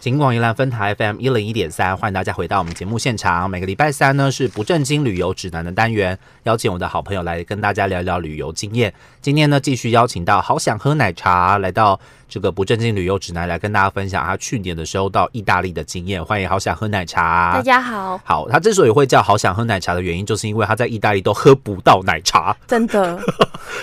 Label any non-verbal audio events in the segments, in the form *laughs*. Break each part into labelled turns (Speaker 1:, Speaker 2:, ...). Speaker 1: 金广宜兰分台 FM 一零一点三，欢迎大家回到我们节目现场。每个礼拜三呢是不正经旅游指南的单元，邀请我的好朋友来跟大家聊聊旅游经验。今天呢继续邀请到好想喝奶茶来到这个不正经旅游指南来跟大家分享他去年的时候到意大利的经验。欢迎好想喝奶茶，
Speaker 2: 大家好，
Speaker 1: 好，他之所以会叫好想喝奶茶的原因，就是因为他在意大利都喝不到奶茶。
Speaker 2: *laughs* 真
Speaker 1: *laughs*
Speaker 2: 的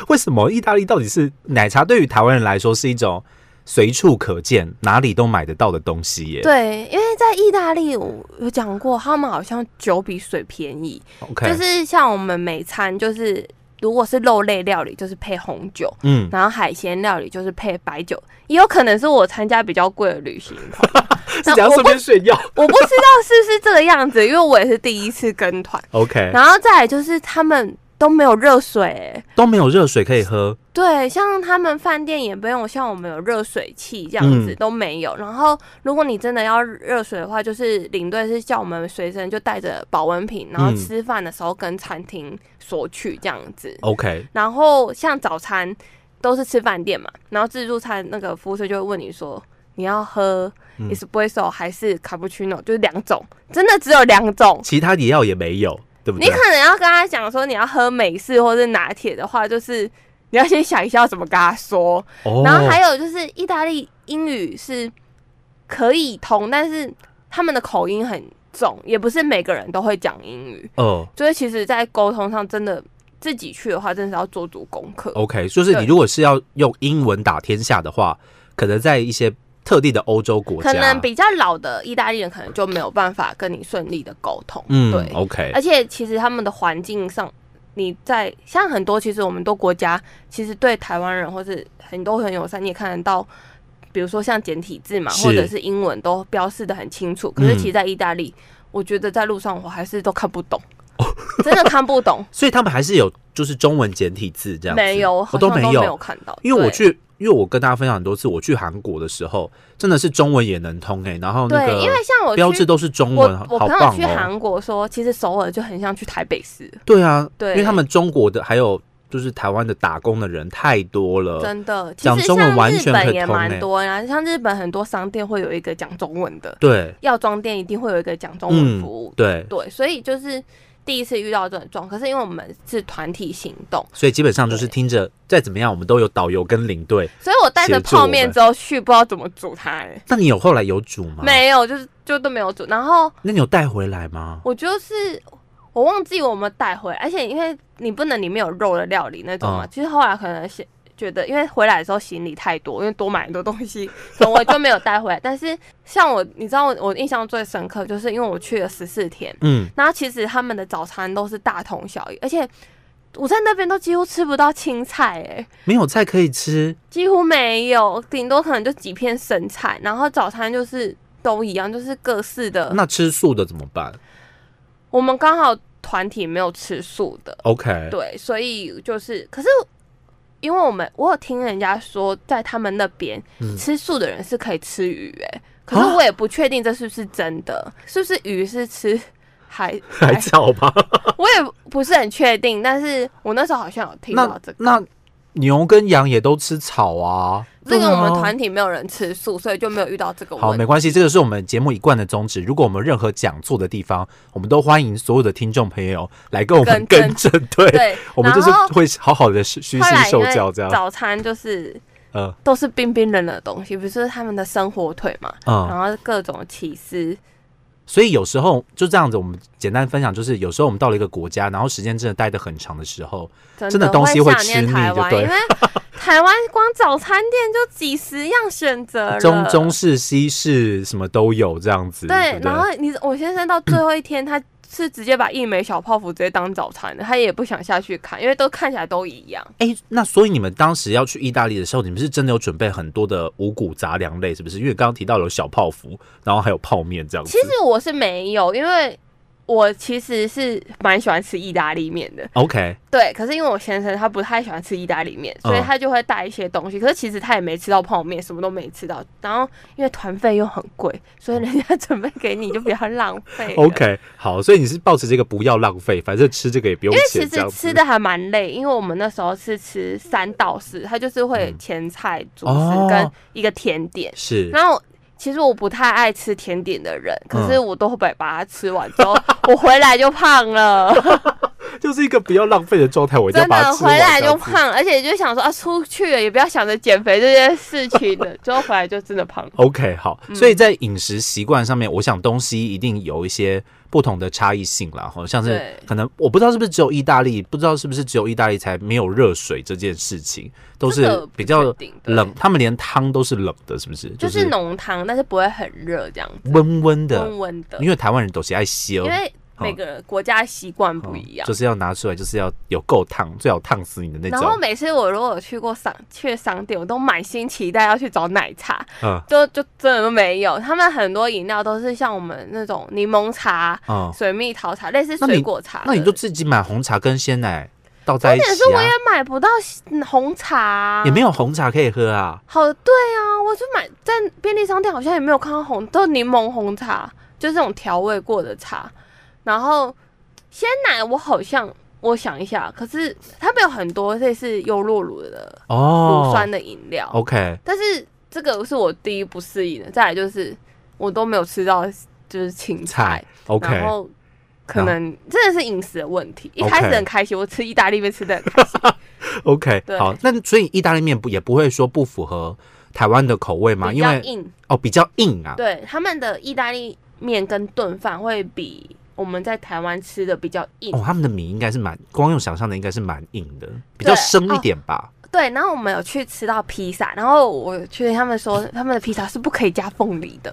Speaker 1: 为什么意大利到底是奶茶对于台湾人来说是一种随处可见、哪里都买得到的东西耶？
Speaker 2: 对，因为在意大利我有讲过，他们好像酒比水便宜，
Speaker 1: ，OK，
Speaker 2: 就是像我们每餐就是如果是肉类料理就是配红酒，
Speaker 1: 嗯，
Speaker 2: 然后海鲜料理就是配白酒，也有可能是我参加比较贵的旅行团，
Speaker 1: *laughs* 是
Speaker 2: 那
Speaker 1: 这样
Speaker 2: 我
Speaker 1: 顺便炫耀。
Speaker 2: 我不知道是不是这个样子，因为我也是第一次跟团，
Speaker 1: *laughs* OK，
Speaker 2: 然后再来就是他们都没有热水、欸
Speaker 1: 都没有热水可以喝，
Speaker 2: 对，像他们饭店也没有像我们有热水器这样子、
Speaker 1: 嗯
Speaker 2: 都没有。然后，如果你真的要热水的话，就是领队是叫我们随身就带着保温瓶，然后
Speaker 1: 嗯
Speaker 2: 吃饭的时候跟餐厅索取这样子。
Speaker 1: OK，
Speaker 2: 然后像早餐都是吃饭店嘛，然后自助餐那个服务生就会问你说你要喝
Speaker 1: 嗯
Speaker 2: espresso 还是 cappuccino，、就是两种，真的只有两种。
Speaker 1: 其他也要也没有，对不
Speaker 2: 你
Speaker 1: 对？
Speaker 2: 可能要跟他讲说你要喝美式或是拿铁的话，就是你要先想一下要怎么跟他说。
Speaker 1: 哦
Speaker 2: 然后还有就是意大利英语是可以通，但是他们的口音很重，也不是每个人都会讲英语，
Speaker 1: 哦
Speaker 2: 所以其实，在沟通上真的自己去的话，真的是要做足功课。
Speaker 1: ，OK，就是你
Speaker 2: 对
Speaker 1: 如果是要用英文打天下的话，可能在一些特定的欧洲国家，
Speaker 2: 可能比较老的意大利人可能就没有办法跟你顺利的沟通，
Speaker 1: 嗯
Speaker 2: 对。哎
Speaker 1: ，OK，
Speaker 2: 而且其实他们的环境上，你在像很多其实我们多国家，其实对台湾人或是很多很友善，你也看得到，比如说像简体字嘛，
Speaker 1: 是
Speaker 2: 或者是英文都标示的很清楚。可是
Speaker 1: 嗯
Speaker 2: 其实，在意大利，我觉得在路上我还是都看不懂，
Speaker 1: 哦
Speaker 2: 真的看不懂，
Speaker 1: 所以他们还是有就是中文简体字 *laughs* 这样子，
Speaker 2: 没有，
Speaker 1: 我
Speaker 2: 好
Speaker 1: 都
Speaker 2: 像
Speaker 1: 没
Speaker 2: 没
Speaker 1: 有。
Speaker 2: 看到，
Speaker 1: 因为我
Speaker 2: 对。
Speaker 1: 去，因为我跟大家分享很多次，我去韩国的时候，真的是中文也能通哎、然后那
Speaker 2: 对，
Speaker 1: 个
Speaker 2: 因为像我去
Speaker 1: 标志都是中
Speaker 2: 我
Speaker 1: 文，好
Speaker 2: 我
Speaker 1: 好
Speaker 2: 朋友
Speaker 1: 棒
Speaker 2: 去
Speaker 1: 哦、
Speaker 2: 韩国说，其实首尔就很像去台北市，
Speaker 1: 对啊，
Speaker 2: 对
Speaker 1: 因为他们中国的还有就是台湾的打工的人太多了，
Speaker 2: 真的。其
Speaker 1: 呃讲
Speaker 2: 实
Speaker 1: 中文
Speaker 2: 像
Speaker 1: 完
Speaker 2: 日
Speaker 1: 全可
Speaker 2: 本
Speaker 1: 以
Speaker 2: 也
Speaker 1: 通
Speaker 2: 蛮
Speaker 1: 欸
Speaker 2: 多呀、像日本很多商店会有一个讲中文的，
Speaker 1: 对，
Speaker 2: 药妆店一定会有一个讲中文
Speaker 1: 嗯
Speaker 2: 服务，，
Speaker 1: 对，
Speaker 2: 对，所以就是第一次遇到这种状况，可是因为我们是团体行动，
Speaker 1: 所以基本上就是
Speaker 2: 对
Speaker 1: 听着再怎么样，我们都有导游跟领队。
Speaker 2: 所以我带着
Speaker 1: 协助我
Speaker 2: 泡
Speaker 1: 们
Speaker 2: 面之后去，不知道怎么煮它、欸，
Speaker 1: 那你有后来有煮吗？，
Speaker 2: 没有，就是就都没有煮，然后
Speaker 1: 那你有带回来吗？
Speaker 2: 我就是。我忘记我们带回来，而且因为你不能里面有肉的料理那种嘛，
Speaker 1: 嗯
Speaker 2: 其实后来可能是觉得，因为回来的时候行李太多，因为多买很多东西，所以我就没有带回来。但是像我，你知道我我印象最深刻，就是因为我去了十四天，
Speaker 1: 嗯，
Speaker 2: 然后其实他们的早餐都是大同小异，而且我在那边都几乎吃不到青菜、欸，
Speaker 1: 没有菜可以吃，
Speaker 2: 几乎没有，顶多可能就几片生菜，然后早餐就是都一样，就是各式的。
Speaker 1: 那吃素的怎么办
Speaker 2: 我们刚好团体没有吃素的，
Speaker 1: ？OK，
Speaker 2: 对，所以就是，可是因为我们我有听人家说，在他们那边、
Speaker 1: 嗯
Speaker 2: 吃素的人是可以吃鱼、欸，可是我也不确定这是不是真的，是不是鱼是吃 *laughs* 海
Speaker 1: 还早
Speaker 2: *laughs*
Speaker 1: 吧。
Speaker 2: 我也不是很确定，但是我那时候好像有听到
Speaker 1: 那
Speaker 2: 这个。
Speaker 1: 那牛跟羊也都吃草啊。
Speaker 2: 这
Speaker 1: 对
Speaker 2: 个
Speaker 1: 啊
Speaker 2: 我们团体没有人吃素，所以就没有遇到这个
Speaker 1: 好，
Speaker 2: 问
Speaker 1: 没
Speaker 2: 题。
Speaker 1: 关系，这个是我们节目一贯的宗旨。如果我们任何讲错的地方，我们都欢迎所有的听众朋友来跟我们
Speaker 2: 更
Speaker 1: 更正。对，
Speaker 2: 对，
Speaker 1: *laughs* 我们就是
Speaker 2: 然后
Speaker 1: 会好好的虚虚
Speaker 2: 后
Speaker 1: 心
Speaker 2: 来因
Speaker 1: 受
Speaker 2: 为
Speaker 1: 教，这样。
Speaker 2: 早餐就是
Speaker 1: 嗯
Speaker 2: 都是冰冰冷冷的东西，比如说他们的生火腿嘛，然
Speaker 1: 嗯，
Speaker 2: 后各种起司，
Speaker 1: 所以有时候就这样子，我们简单分享，就是有时候我们到了一个国家，然后时间真的待得很长的时候，
Speaker 2: 真
Speaker 1: 真的
Speaker 2: 的
Speaker 1: 东西会
Speaker 2: 会想念
Speaker 1: 吃腻
Speaker 2: 台
Speaker 1: 就
Speaker 2: 湾，
Speaker 1: 对 *laughs*
Speaker 2: 因为台湾光早餐店就几十样选择了。
Speaker 1: 中中式、西式什么都有这样子。对不
Speaker 2: 对，
Speaker 1: 对，
Speaker 2: 然后你我先生到最后一天，他是直接把一枚小泡芙直接当早餐的，他也不想下去看，因为都看起来都一样。
Speaker 1: 哎，那所以你们当时要去意大利的时候，你们是真的有准备很多的五谷杂粮类，是不是？因为刚刚提到有小泡芙，然后还有泡面这样子。
Speaker 2: 其实我是没有，因为我其实是蛮喜欢吃意大利面的，
Speaker 1: OK，
Speaker 2: 对。可是因为我先生他不太喜欢吃意大利面，所以
Speaker 1: 嗯
Speaker 2: 他就会带一些东西。可是其实他也没吃到泡面，什么都没吃到。然后因为团费又很贵，所以人家 *laughs* 准备给你就比较浪费了。
Speaker 1: OK，好，所以你是抱持这个不要浪费，反正吃这个也不用
Speaker 2: 因为其
Speaker 1: 钱这样
Speaker 2: 实
Speaker 1: 子。
Speaker 2: 吃的还蛮累，因为我们那时候是吃三道式，它就是会前菜、主食
Speaker 1: 嗯哦
Speaker 2: 跟一个甜点。
Speaker 1: 是
Speaker 2: 然后其实我不太爱吃甜点的人，可
Speaker 1: 嗯
Speaker 2: 是我都会把把它吃完之后， *laughs* 我回来就胖了，
Speaker 1: 就是一个不要浪费的状 *laughs* 态，我一定要
Speaker 2: 真
Speaker 1: 把它
Speaker 2: 的
Speaker 1: 吃
Speaker 2: 回
Speaker 1: 完
Speaker 2: 来
Speaker 1: 这
Speaker 2: 就
Speaker 1: 样子。
Speaker 2: 胖，而且就想说啊，出去了也不要想着减肥这件事
Speaker 1: *laughs*
Speaker 2: 情了，之后回来就真的胖了。
Speaker 1: OK，好，
Speaker 2: 嗯
Speaker 1: 所以在饮食习惯上面，我想东西一定有一些不同的差异性啦，好像是
Speaker 2: 对
Speaker 1: 可能我不知道是不是只有意大利，不知道是不是只有意大利才没有热水这件事情，都
Speaker 2: 这个
Speaker 1: 是比较
Speaker 2: 不确定对
Speaker 1: 冷，他们连汤都是冷的，是不是？
Speaker 2: 就是是浓汤，但是不会很热这样子，
Speaker 1: 温温的，
Speaker 2: 温温的
Speaker 1: 因，为台湾人都是爱吸哦
Speaker 2: 因。为每个国家习惯不一样
Speaker 1: 就。是要拿出来，就是要有够烫，最好烫死你的那
Speaker 2: 然后
Speaker 1: 种。
Speaker 2: 每次我如果有去过商去商店，我都满心期待要去找奶茶，
Speaker 1: 嗯
Speaker 2: 就就真的都没有。他们很多饮料都是像我们那种柠檬茶、
Speaker 1: 嗯，
Speaker 2: 水蜜桃茶，类似
Speaker 1: 那你
Speaker 2: 水果茶的
Speaker 1: 那你就自己买红茶跟鲜奶倒在一起
Speaker 2: 但是我也
Speaker 1: 啊，
Speaker 2: 买不到嗯红茶啊、
Speaker 1: 也没有红茶可以喝啊。
Speaker 2: 好，对啊，我就买在便利商店好像也没有看到红，都是柠檬红茶，就是这种调味过的茶。然后鲜奶我好像我想一下，可是他们有很多类似优酪乳的
Speaker 1: 哦，
Speaker 2: 乳酸的饮料，
Speaker 1: OK，
Speaker 2: 但是这个是我第一不适应的，再来就是我都没有吃到就是青
Speaker 1: 菜
Speaker 2: 菜
Speaker 1: OK，
Speaker 2: 然后可能真的是饮食的问题。一开始
Speaker 1: OK
Speaker 2: 很开心，我吃意大利面
Speaker 1: *laughs*
Speaker 2: 吃的
Speaker 1: OK，
Speaker 2: 对
Speaker 1: 好，那所以意大利面不也不会说不符合台湾的口味嘛？
Speaker 2: 比
Speaker 1: 因
Speaker 2: 较
Speaker 1: 为
Speaker 2: 硬，
Speaker 1: 哦比较硬啊，
Speaker 2: 对，他们的意大利面跟炖饭会比我们在台湾吃的比较硬。
Speaker 1: 哦他们的米应该是蛮，光用想象的应该是蛮硬的，比较生
Speaker 2: 啊
Speaker 1: 一点吧。
Speaker 2: 对，然后我们有去吃到披萨，然后我有去他们说他们的披萨是不可以加凤梨的，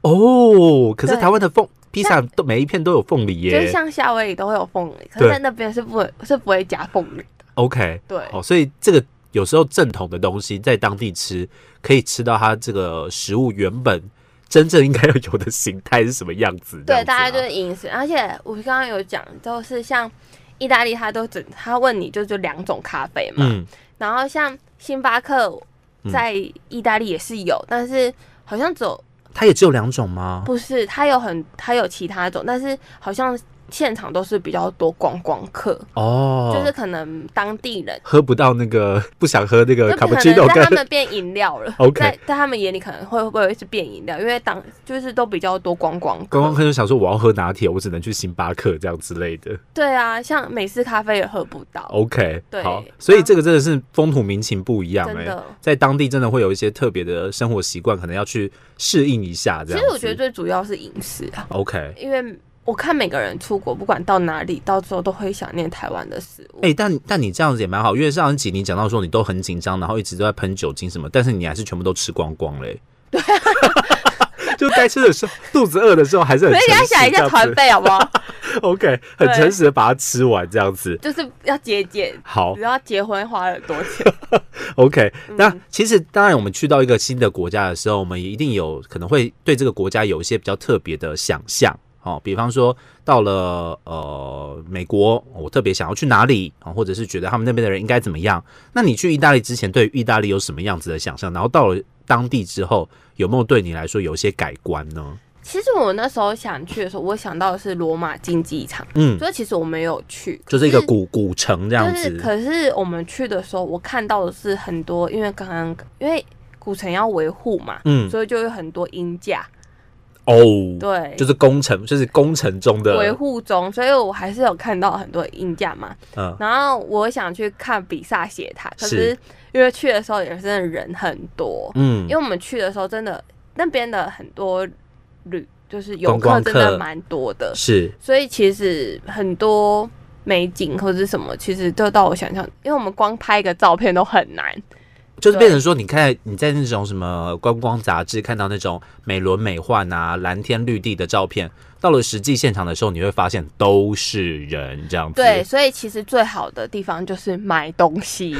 Speaker 1: 哦，可是
Speaker 2: 对
Speaker 1: 台湾的凤披萨都每一片都有凤梨
Speaker 2: 就是
Speaker 1: 耶。
Speaker 2: 像夏威夷都会有凤梨，可
Speaker 1: 对
Speaker 2: 是在那边是不会是不会加凤梨的。
Speaker 1: OK，
Speaker 2: 对，
Speaker 1: 哦，所以这个有时候正统的东西在当地吃，可以吃到它这个食物原本真正应该要有的形态是什么样子。这样
Speaker 2: 对，
Speaker 1: 子啊
Speaker 2: 大家就是饮食，而且我刚刚有讲，就是像意大利，它都只他问你就就两种咖啡嘛，
Speaker 1: 嗯，
Speaker 2: 然后像星巴克
Speaker 1: 嗯
Speaker 2: 在意大利也是有，但是好像只有
Speaker 1: 它也只有两种吗？
Speaker 2: 不是，它有很它有其他种，但是好像现场都是比较多观光客，
Speaker 1: 哦，
Speaker 2: 就是可能当地人。
Speaker 1: 喝不到那个 *laughs* 不想喝那
Speaker 2: 就
Speaker 1: 个卡
Speaker 2: 可
Speaker 1: 布
Speaker 2: 能
Speaker 1: 奇诺
Speaker 2: 在他
Speaker 1: 跟 *laughs*
Speaker 2: 们变饮料了
Speaker 1: 呃 OK
Speaker 2: 在在他们眼里可能会会不会是变饮料，因为当就是都比较多观光
Speaker 1: 刚
Speaker 2: 客。
Speaker 1: 刚他就想说我要喝拿铁，我只能去星巴克这样之类的。
Speaker 2: 对啊，像美式咖啡也喝不到
Speaker 1: OK，
Speaker 2: 对
Speaker 1: 好
Speaker 2: 那，
Speaker 1: 所以这个真的是风土民情不一样
Speaker 2: 真
Speaker 1: 哎、
Speaker 2: 的
Speaker 1: 在当地真的会有一些特别的生活习惯，可能要去适应一下这样
Speaker 2: 其实
Speaker 1: 子。
Speaker 2: 我觉得最主要是饮食啊，
Speaker 1: OK，哎、
Speaker 2: 因为我看每个人出国，不管到哪里，到时候都会想念台湾的食物。
Speaker 1: 哎但但你这样子也蛮好，因为上一集你讲到说你都很紧张，然后一直都在喷酒精什么，但是你还是全部都吃光光
Speaker 2: *laughs*
Speaker 1: 嘞、对，就该吃的时候，肚子饿的时候
Speaker 2: *laughs*
Speaker 1: 还是很
Speaker 2: 所
Speaker 1: 诚实这
Speaker 2: 以你要
Speaker 1: 样子。
Speaker 2: 想一
Speaker 1: *laughs*
Speaker 2: 下团费好不 *laughs* 好？
Speaker 1: OK，很
Speaker 2: 对
Speaker 1: 诚实的把它吃完这样子。
Speaker 2: 就是要节俭，
Speaker 1: 好
Speaker 2: 你，知道结婚花了多钱？
Speaker 1: OK，那
Speaker 2: 嗯
Speaker 1: 其实当然，我们去到一个新的国家的时候，我们也一定有可能会对这个国家有一些比较特别的想象。哦，比方说到了呃美国，我特别想要去哪里啊、哦或者是觉得他们那边的人应该怎么样？那你去意大利之前，对于意大利有什么样子的想象？然后到了当地之后，有没有对你来说有一些改观呢？
Speaker 2: *laughs* 其实我那时候想去的时候，我想到的是罗马竞技场，
Speaker 1: 嗯，
Speaker 2: 所以其实我没有去，
Speaker 1: 就是一个古古城这
Speaker 2: 可
Speaker 1: 样
Speaker 2: 是就是
Speaker 1: 子。
Speaker 2: 可是我们去的时候，我看到的是很多，因为刚刚因为古城要维护嘛，
Speaker 1: 嗯，
Speaker 2: 所以就有很多鹰架，
Speaker 1: 哦，
Speaker 2: 对，
Speaker 1: 就是工程，就是工程中
Speaker 2: 维
Speaker 1: 的，
Speaker 2: 护中，所以我还是有看到很多鹰架嘛。
Speaker 1: 嗯，
Speaker 2: 然后我想去看比萨斜塔，可
Speaker 1: 是
Speaker 2: 是因为去的时候也真的人很多，
Speaker 1: 嗯
Speaker 2: 因为我们去的时候真的那边的很多旅就是游
Speaker 1: 观光
Speaker 2: 客真的
Speaker 1: 客
Speaker 2: 蛮多的，
Speaker 1: 是，
Speaker 2: 所以其实很多美景或者是什么，其实都到我想象，因为我们光拍一个照片都很难。
Speaker 1: 就是变成说，你看你在那种什么观光杂志看到那种美轮美奂啊、蓝天绿地的照片，到了实际现场的时候，你会发现都是人这样子。
Speaker 2: 对，，所以其实最好的地方就是买东西，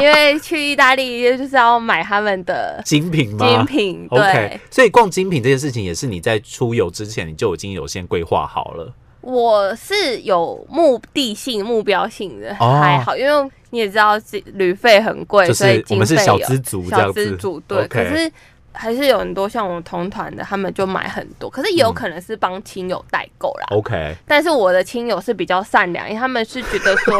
Speaker 2: 因为去意大利就是要买他们 *laughs* 的
Speaker 1: 精品吗？
Speaker 2: 精品。对
Speaker 1: OK，，所以逛精品这件事情也是你在出游之前你就已经有先规划好了。
Speaker 2: 我是有目的性、目标性的，
Speaker 1: 哦
Speaker 2: 还好，因为你也知道自己旅费很贵，
Speaker 1: 就
Speaker 2: 所以
Speaker 1: 是我们是
Speaker 2: 经费
Speaker 1: 小
Speaker 2: 有
Speaker 1: 资族这
Speaker 2: 小
Speaker 1: 样子
Speaker 2: 资主对
Speaker 1: OK
Speaker 2: 可是还是有很多像我同团的，他们就买很多，可是也有可能是帮亲友
Speaker 1: 嗯
Speaker 2: 代购啦。
Speaker 1: OK， *laughs*
Speaker 2: 但是我的亲友是比较善良，因为他们是觉得说，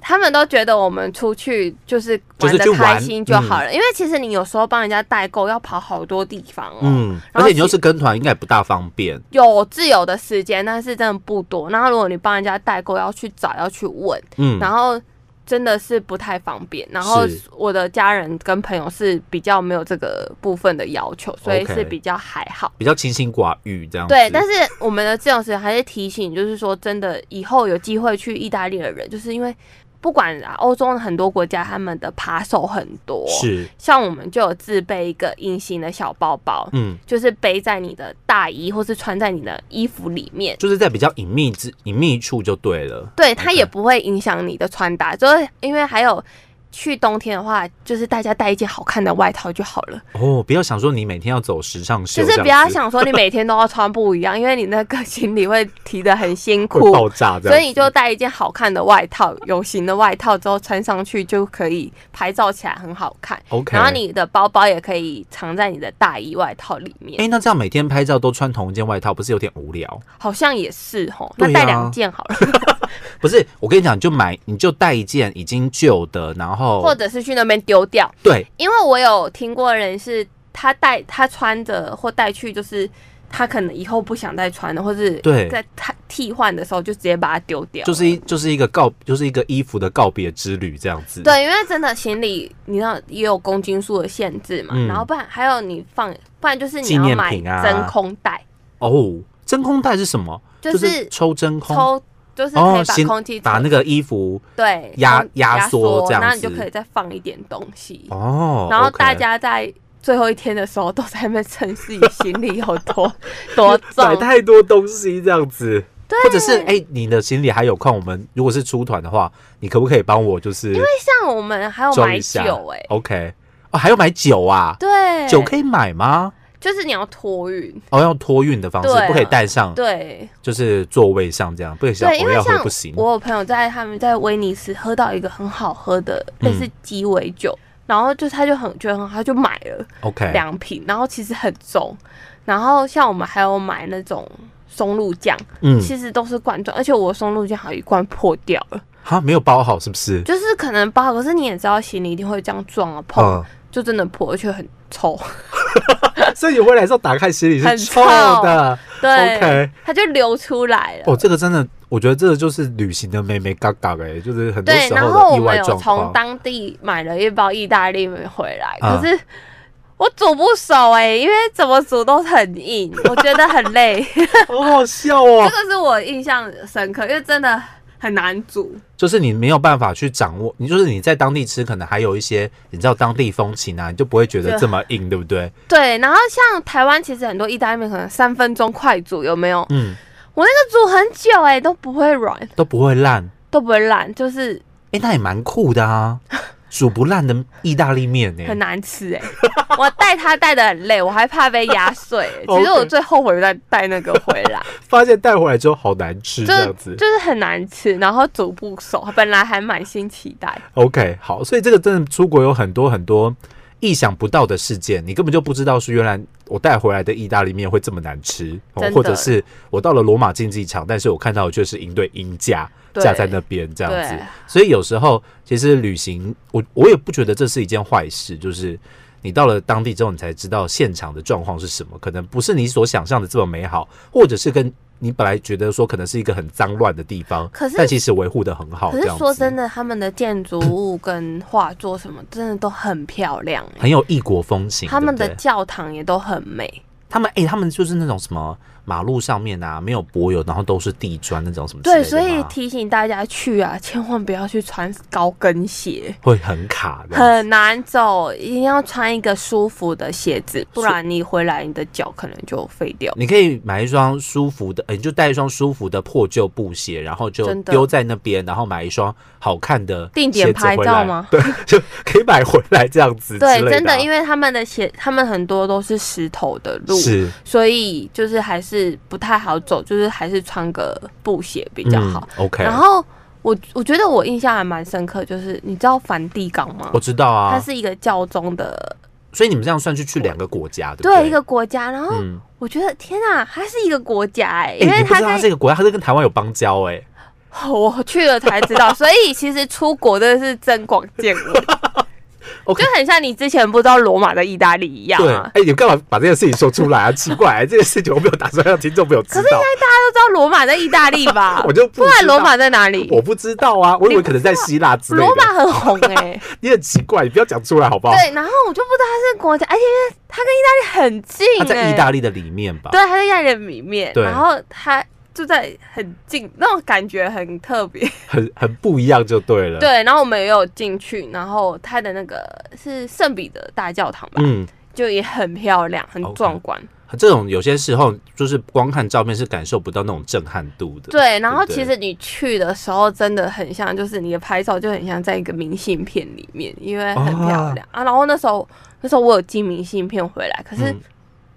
Speaker 2: 他们都觉得我们出去就是
Speaker 1: 就是
Speaker 2: 玩的
Speaker 1: 去玩嗯
Speaker 2: 开心就好了，因为其实你有时候帮人家代购要跑好多地方哦。
Speaker 1: 嗯，
Speaker 2: 然
Speaker 1: 而
Speaker 2: 后
Speaker 1: 且你又是跟团，应该也不大方便。
Speaker 2: 有自由的时间，但是真的不多。然后如果你帮人家代购，要去找，要去问，
Speaker 1: 嗯，
Speaker 2: 然后真的是不太方便。然后
Speaker 1: 是
Speaker 2: 我的家人跟朋友是比较没有这个部分的要求，所以
Speaker 1: OK
Speaker 2: 是比较还好。
Speaker 1: 比较清心寡欲这样子。
Speaker 2: 对，但
Speaker 1: 是
Speaker 2: 是我们的自由时还是提醒，就是说真的，以后有机会去意大利的人，就是因为不管啊欧洲很多国家，他们的扒手很多，
Speaker 1: 是
Speaker 2: 像我们就有自备一个隐形的小包包，
Speaker 1: 嗯，
Speaker 2: 就是背在你的大衣或是穿在你的衣服里面。
Speaker 1: 就是在比较隐秘之隐秘处就对了。
Speaker 2: 对，它
Speaker 1: OK
Speaker 2: 也不会影响你的穿搭，就是因为还有去冬天的话，就是大家带一件好看的外套就好了，
Speaker 1: 哦，不要想说你每天要走时尚秀
Speaker 2: 就
Speaker 1: 这样
Speaker 2: 是
Speaker 1: 子，
Speaker 2: 不要想说你每天都要穿不一样，因为你那个行李会提得很辛
Speaker 1: 会
Speaker 2: 苦，
Speaker 1: 爆炸这样子。
Speaker 2: 所以你就带一件好看的外套，有型的外套之后穿上去就可以拍照起来很好看。
Speaker 1: 哦 OK。
Speaker 2: 然后你的包包也可以藏在你的大衣外套里面，
Speaker 1: 哎、那这样每天拍照都穿同一件外套，不是有点无聊？
Speaker 2: 好像也是吼。
Speaker 1: 对
Speaker 2: 那
Speaker 1: 呀
Speaker 2: 带两件好了，
Speaker 1: 不是，我跟你讲，你就买，你就带一件已经旧的，然后
Speaker 2: 或者是去那边丢掉。
Speaker 1: 对，
Speaker 2: 因为我有听过人是他带他穿着或带去，就是他可能以后不想再穿了，或是
Speaker 1: 对
Speaker 2: 在他替换的时候就直接把它丢掉了。
Speaker 1: 就是一就是一个告，就是一个衣服的告别之旅这样子。，
Speaker 2: 对，因为真的行李你知道也有公斤数的限制嘛，
Speaker 1: 嗯
Speaker 2: 然后不然还有你放，不然就是你
Speaker 1: 纪
Speaker 2: 要
Speaker 1: 念
Speaker 2: 买
Speaker 1: 品啊
Speaker 2: 真空袋，
Speaker 1: 哦，真空袋是什么？
Speaker 2: 就是是
Speaker 1: 抽真空，
Speaker 2: 抽。就是可以
Speaker 1: 哦
Speaker 2: 把
Speaker 1: 行
Speaker 2: 空气抽、
Speaker 1: 把那个衣服
Speaker 2: 对
Speaker 1: 压
Speaker 2: 空
Speaker 1: 压缩这样
Speaker 2: 然后你就
Speaker 1: 子
Speaker 2: 可以再放一点东西，
Speaker 1: 哦，
Speaker 2: 然后
Speaker 1: OK
Speaker 2: 大家在最后一天的时候都在那边称自己行李有
Speaker 1: *laughs*
Speaker 2: 多多
Speaker 1: 买
Speaker 2: 重，
Speaker 1: 太多东西这样子。或者是哎、你的行李还有空，我们如果是出团的话，你可不可以帮我就是
Speaker 2: 像我们还有
Speaker 1: 周
Speaker 2: 买
Speaker 1: 一下
Speaker 2: 酒哎、
Speaker 1: ？OK，哦，还要买酒啊？
Speaker 2: 对，
Speaker 1: 酒可以买吗？
Speaker 2: 就是你要托运，
Speaker 1: 哦，要托运的方式，
Speaker 2: 对啊
Speaker 1: 不可以带上，
Speaker 2: 对
Speaker 1: 就是座位上这样，不可以想
Speaker 2: 对，因
Speaker 1: 我
Speaker 2: 为
Speaker 1: 要
Speaker 2: 像
Speaker 1: 喝不行。
Speaker 2: 我有朋友在他们在威尼斯喝到一个很好喝的
Speaker 1: 嗯
Speaker 2: 类似鸡尾酒，然后就他就很觉得很好，他就买了
Speaker 1: OK，
Speaker 2: 两瓶，然后其实很重，然后像我们还有买那种松露酱，
Speaker 1: 嗯，
Speaker 2: 其实都是罐装，而且我的松露酱好像一罐破掉了，
Speaker 1: 哈，没有包好是不是？
Speaker 2: 就是可能包，可是你也知道行李一定会这样撞啊碰，
Speaker 1: 嗯，
Speaker 2: 就真的破，而且很
Speaker 1: *laughs*
Speaker 2: 臭，
Speaker 1: 所以你回来之后打开行李是
Speaker 2: 很
Speaker 1: 臭
Speaker 2: 臭
Speaker 1: 的。
Speaker 2: 对
Speaker 1: OK
Speaker 2: 它就流出来了。
Speaker 1: 哦，这个真的，我觉得这个就是旅行的美美嘎嘎哎，就是很多
Speaker 2: 对，
Speaker 1: 时
Speaker 2: 然
Speaker 1: 候
Speaker 2: 后
Speaker 1: 的
Speaker 2: 我
Speaker 1: 意
Speaker 2: 们
Speaker 1: 外
Speaker 2: 有
Speaker 1: 状
Speaker 2: 从
Speaker 1: 况。
Speaker 2: 当地买了一包意大利面回来，
Speaker 1: 啊
Speaker 2: 可是我煮不熟哎、因为怎么煮都很 *laughs* 硬，我觉得很累。
Speaker 1: 好好笑哦
Speaker 2: *laughs* 这，个是我印象深刻，因为真的很难煮。
Speaker 1: 就是你没有办法去掌握，你就是你在当地吃，可能还有一些你知道当地风情啊，你就不会觉得
Speaker 2: 对
Speaker 1: 这么硬，对不对？
Speaker 2: 对，然后像台湾其实很多意大利面可能三分钟快煮，有没有？
Speaker 1: 嗯，
Speaker 2: 我那个煮很久哎、都不会软，
Speaker 1: 都不会烂。
Speaker 2: 都不会烂，就是
Speaker 1: 哎、那也蛮酷的
Speaker 2: *laughs*
Speaker 1: 啊，煮不烂的意大利面欸呢、
Speaker 2: 很难吃哎、我带它带的很累，我还怕被压碎、 *laughs* 欸。其实
Speaker 1: OK
Speaker 2: 我最后悔在带那个回来。
Speaker 1: 发现带回来之后好难吃这样
Speaker 2: 就
Speaker 1: 子。
Speaker 2: 就是很难吃，然后煮不熟，本来还满心期待。
Speaker 1: OK，好，所以这个真的出国有很多很多意想不到的事件，你根本就不知道是原来我带回来的意大利面会这么难吃，哦
Speaker 2: 真、的
Speaker 1: 或者是我到了罗马竞技场，但是我看到的却是一对鹰架
Speaker 2: 对
Speaker 1: 架在那边这样子
Speaker 2: 对。
Speaker 1: 所以有时候其实旅行，我我也不觉得这是一件坏事，就是。你到了当地之后，你才知道现场的状况是什么，可能不是你所想象的这么美好，或者是跟你本来觉得说可能是一个很脏乱的地方，
Speaker 2: 可是
Speaker 1: 但其实维护的很好。
Speaker 2: 可
Speaker 1: 哦这
Speaker 2: 是
Speaker 1: 样
Speaker 2: 说
Speaker 1: 子
Speaker 2: 真的，他们的建筑物跟画作什么，真的都很漂亮、欸。
Speaker 1: 很有异国风情。
Speaker 2: 他们
Speaker 1: 对
Speaker 2: 的
Speaker 1: 不对
Speaker 2: 教堂也都很美，
Speaker 1: 他们哎、他们就是那种什么马路上面啊，没有柏油，然后都是地砖那种什么之类的
Speaker 2: 对，
Speaker 1: 吗。
Speaker 2: 所以提醒大家去啊，千万不要去穿高跟鞋，
Speaker 1: 会很卡的。
Speaker 2: 很难走，一定要穿一个舒服的鞋子，不然你回来你的脚可能就废掉。
Speaker 1: 你可以买一双舒服的，呃你就带一双舒服的破旧布鞋，然后就
Speaker 2: 真的
Speaker 1: 丢在那边，然后买一双好看的
Speaker 2: 定点
Speaker 1: 鞋子
Speaker 2: 拍
Speaker 1: 回来
Speaker 2: 照吗？
Speaker 1: 对， *laughs* 就可以买回来这样子之类
Speaker 2: 对，
Speaker 1: 的啊。
Speaker 2: 真的，因为他们的鞋，他们很多都是石头的路，
Speaker 1: 是
Speaker 2: 所以就是还是不太好走，就是还是穿个布鞋比较好。
Speaker 1: 嗯、OK，
Speaker 2: 然后我我觉得我印象还蛮深刻，就是你知道梵蒂冈吗
Speaker 1: 我？知道
Speaker 2: 它
Speaker 1: 啊，
Speaker 2: 是一个教宗的
Speaker 1: 所以你们这样算是去两个国家，对不
Speaker 2: 对
Speaker 1: 对？
Speaker 2: 一个国家，然后
Speaker 1: 嗯，
Speaker 2: 我觉得天啊，它是一个国家哎、
Speaker 1: 哎、
Speaker 2: 因为
Speaker 1: 你不知道
Speaker 2: 在哦
Speaker 1: 它是一个国家，它是跟台湾有邦交哎、
Speaker 2: 我去了才知
Speaker 1: *laughs*
Speaker 2: 道，所以其实出国真的是增广见闻
Speaker 1: OK
Speaker 2: 就很像你之前不知道罗马的意大利一样
Speaker 1: 对，
Speaker 2: 啊
Speaker 1: 哎。、你干嘛把这件事情说出来啊？奇怪、这件事情我没有打算让听众朋友知道，
Speaker 2: 大家都知道罗马在意大利吧？
Speaker 1: *laughs* 我就不
Speaker 2: 不
Speaker 1: 知
Speaker 2: 然
Speaker 1: 道
Speaker 2: 罗马在哪里？
Speaker 1: 我不知道啊，我以为
Speaker 2: 你不
Speaker 1: 可能在希腊之类
Speaker 2: 罗
Speaker 1: 的。
Speaker 2: 马很红哎、
Speaker 1: 你很奇怪，你不要讲出来好不好？
Speaker 2: 对，然后我就不知道它是国家，而且因为它跟意大利很近、欸，
Speaker 1: 它在意大利的里面吧？
Speaker 2: 对，它在意大利的里面，
Speaker 1: 对
Speaker 2: 然后它就在很近，那种感觉很特别。
Speaker 1: 很很不一样就对了。，
Speaker 2: 对，然后我们也有进去，然后它的那个是圣彼得大教堂吧，
Speaker 1: 嗯，
Speaker 2: 就也很漂亮，很
Speaker 1: OK
Speaker 2: 壮观。
Speaker 1: 这种有些时候就是光看照片是感受不到那种震撼度的。
Speaker 2: 对，然后
Speaker 1: 对
Speaker 2: 其实你去的时候真的很像，就是你的拍照就很像在一个明信片里面，因为很漂亮、啊。然后那时候那时候我有寄明信片回来，可是
Speaker 1: 嗯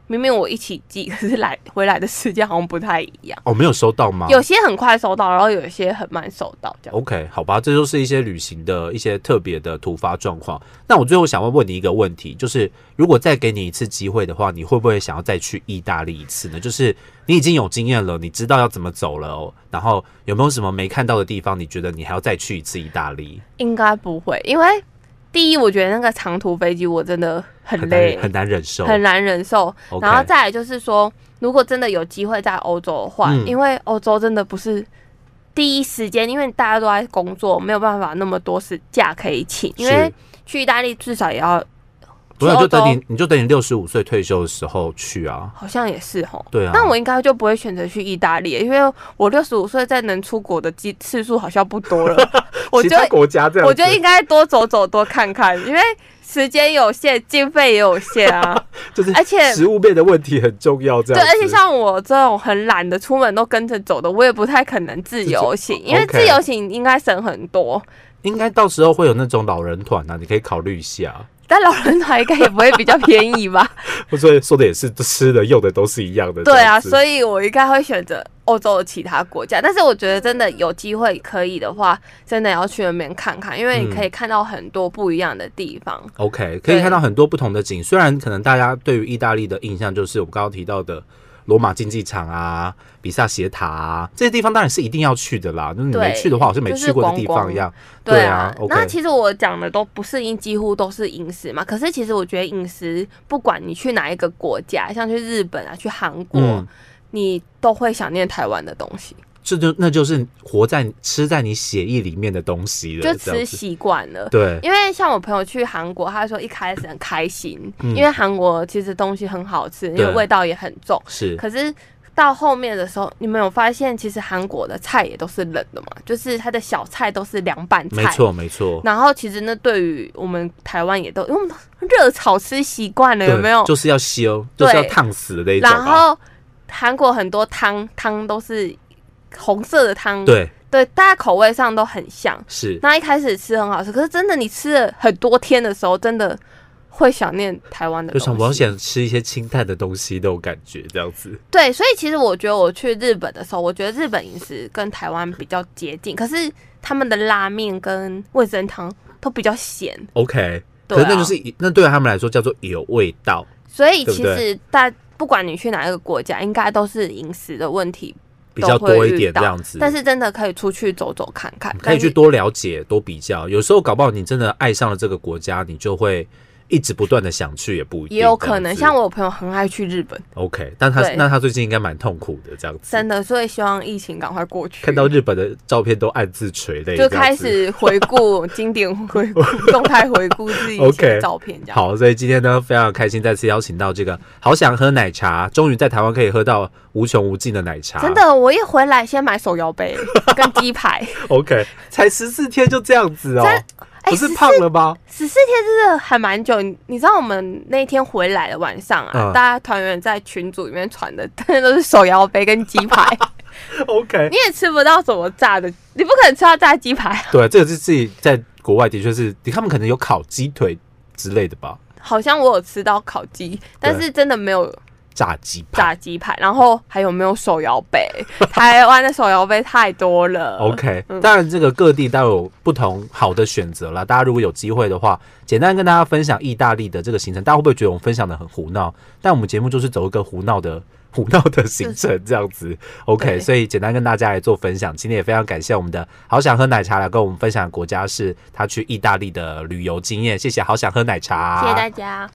Speaker 2: 明明我一起寄，可是来回来的时间好像不太一样，
Speaker 1: 哦，没有收到吗？
Speaker 2: 有些很快收到，然后有些很慢收到，这样。
Speaker 1: OK，好吧，这就是一些旅行的一些特别的突发状况。那我最后想要问你一个问题，就是如果再给你一次机会的话，你会不会想要再去意大利一次呢？就是你已经有经验了，你知道要怎么走了、哦，然后有没有什么没看到的地方，你觉得你还要再去一次意大利？
Speaker 2: 应该不会，因为第一，我觉得那个长途飞机我真的很
Speaker 1: 很难
Speaker 2: 累，
Speaker 1: 忍很难忍受。
Speaker 2: 很难忍受。
Speaker 1: OK
Speaker 2: 然后再来就是说，如果真的有机会在欧洲的话，
Speaker 1: 嗯
Speaker 2: 因为欧洲真的不是第一时间，因为大家都在工作，没有办法那么多时假可以请。因为
Speaker 1: 是
Speaker 2: 去意大利至少也要，
Speaker 1: 不是，就
Speaker 2: 去欧洲
Speaker 1: 等你，你就等你六十五岁退休的时候去啊。
Speaker 2: 好像也是吼。
Speaker 1: 对啊，
Speaker 2: 但我应该就不会选择去意大利，因为我六十五岁再能出国的机次数好像不多
Speaker 1: *laughs*
Speaker 2: 了。我
Speaker 1: 其
Speaker 2: 就
Speaker 1: 他国家这样子，
Speaker 2: 我觉得应该多走走，多看看，因为时间有限，经费也有限啊。
Speaker 1: *laughs* 就是
Speaker 2: 而且
Speaker 1: 食物面的问题很重要，这
Speaker 2: 对，
Speaker 1: 样子。
Speaker 2: 而且像我这种很懒的，出门都跟着走的，我也不太可能自由行，因为
Speaker 1: 哦 OK
Speaker 2: 自由行应该省很多。
Speaker 1: 应该到时候会有那种老人团啊，你可以考虑一下。
Speaker 2: 但老人团应该也不会比较便
Speaker 1: *laughs*
Speaker 2: 宜吧？
Speaker 1: 我所以说的也是，吃的用的都是一样的。
Speaker 2: 对啊，
Speaker 1: 以
Speaker 2: 所以我应该会选择欧洲的其他国家。但是我觉得真的有机会可以的话，真的要去那边看看，因为你可
Speaker 1: 嗯
Speaker 2: 以看到很多不一样的地方。
Speaker 1: OK 可以
Speaker 2: 对
Speaker 1: 看到很多不同的景。虽然可能大家对于意大利的印象就是我们刚刚提到的罗马竞技场啊、比萨斜塔啊这些地方，当然是一定要去的啦。就是你
Speaker 2: 对
Speaker 1: 没去的话，好像没去过的地方一样。
Speaker 2: 对
Speaker 1: 啊
Speaker 2: 啊，那
Speaker 1: ，OK，
Speaker 2: 其实我讲的都不是因，几乎都是饮食嘛。可是其实我觉得饮食，不管你去哪一个国家，像去日本啊、去韩国，
Speaker 1: 嗯
Speaker 2: 你都会想念台湾的东西，
Speaker 1: 这就那就是活在吃在你血液里面的东西了，
Speaker 2: 就
Speaker 1: 这
Speaker 2: 吃
Speaker 1: 样子
Speaker 2: 习惯了。
Speaker 1: 对，
Speaker 2: 因为像我朋友去韩国，他说一开始很开心，
Speaker 1: 嗯
Speaker 2: 因为韩国其实东西很好吃，因
Speaker 1: 对
Speaker 2: 为味道也很重。
Speaker 1: 是
Speaker 2: 可是到后面的时候，你们有发现其实韩国的菜也都是冷的嘛，就是它的小菜都是凉拌菜，
Speaker 1: 没错没错。
Speaker 2: 然后其实那对于我们台湾也都，因为我们热炒吃习惯了，
Speaker 1: 对
Speaker 2: 有没有？
Speaker 1: 就是要修，就是要
Speaker 2: 对
Speaker 1: 烫死的那一种
Speaker 2: 然
Speaker 1: 啊。
Speaker 2: 后韩国很多汤汤都是红色的汤，
Speaker 1: 对，
Speaker 2: 对，大家口味上都很像。
Speaker 1: 是
Speaker 2: 那一开始吃很好吃，可是真的你吃了很多天的时候，真的会想念台湾的
Speaker 1: 就
Speaker 2: 东西。
Speaker 1: 想我想吃一些清淡的东西那种感觉，这样子。
Speaker 2: 对，所以其实我觉得我去日本的时候，我觉得日本饮食跟台湾比较接近，可是他们的拉面跟味噌汤都比较咸。
Speaker 1: OK，
Speaker 2: 对
Speaker 1: 可是那
Speaker 2: 啊
Speaker 1: 就是一那对他们来说叫做有味道，
Speaker 2: 所以
Speaker 1: 对不
Speaker 2: 其
Speaker 1: 对
Speaker 2: 实大不管你去哪一个国家，应该都是饮食的问题
Speaker 1: 比较
Speaker 2: 都会
Speaker 1: 多一点
Speaker 2: 遇到
Speaker 1: 这样子
Speaker 2: 但是真的可以出去走走看看，
Speaker 1: 可以去
Speaker 2: 但是
Speaker 1: 多了解、多比较。有时候搞不好你真的爱上了这个国家，你就会一直不断的想去，也不一定
Speaker 2: 也有可能。
Speaker 1: 这样
Speaker 2: 像
Speaker 1: 子
Speaker 2: 我有朋友很爱去日本，
Speaker 1: OK，但他
Speaker 2: 对
Speaker 1: 那他最近应该蛮痛苦的这样子，
Speaker 2: 真的，所以希望疫情赶快过去。
Speaker 1: 看到日本的照片都暗自垂泪，
Speaker 2: 就
Speaker 1: 这样
Speaker 2: 开
Speaker 1: 子
Speaker 2: 始回顾经典回顾、动态回顾自己以前
Speaker 1: OK，
Speaker 2: 的照片，这样。
Speaker 1: 好，所以今天呢，非常开心再次邀请到这个好想喝奶茶，终于在台湾可以喝到无穷无尽的奶茶，
Speaker 2: 真的，我一回来先买手摇杯跟鸡排，
Speaker 1: OK，才十四天就这样子哦，
Speaker 2: 哎
Speaker 1: 不是胖了吗？
Speaker 2: 十四天真的还蛮久，你你知道我们那一天回来的晚上啊，
Speaker 1: 嗯
Speaker 2: 大家团员在群组里面传的， *laughs* 真的都是手摇杯跟鸡排，
Speaker 1: OK，
Speaker 2: 你也吃不到什么炸的，你不可能吃到炸鸡排啊，
Speaker 1: *laughs* 对，这个是自己在国外的确是，他们可能有烤鸡腿之类的吧。
Speaker 2: 好像我有吃到烤鸡，但是真的没有
Speaker 1: 炸鸡排。
Speaker 2: 炸鸡排，然后还有没有手摇杯？台湾的手摇杯太多了。
Speaker 1: OK，
Speaker 2: 嗯
Speaker 1: 当然这个各地都有不同好的选择啦。大家如果有机会的话，简单跟大家分享意大利的这个行程，大家会不会觉得我们分享的很胡闹？但我们节目就是走一个胡闹的胡闹的行程这样子。OK，
Speaker 2: 对
Speaker 1: 所以简单跟大家来做分享。今天也非常感谢我们的好想喝奶茶来跟我们分享的国家是他去意大利的旅游经验，谢谢好想喝奶茶，
Speaker 2: 谢谢大家。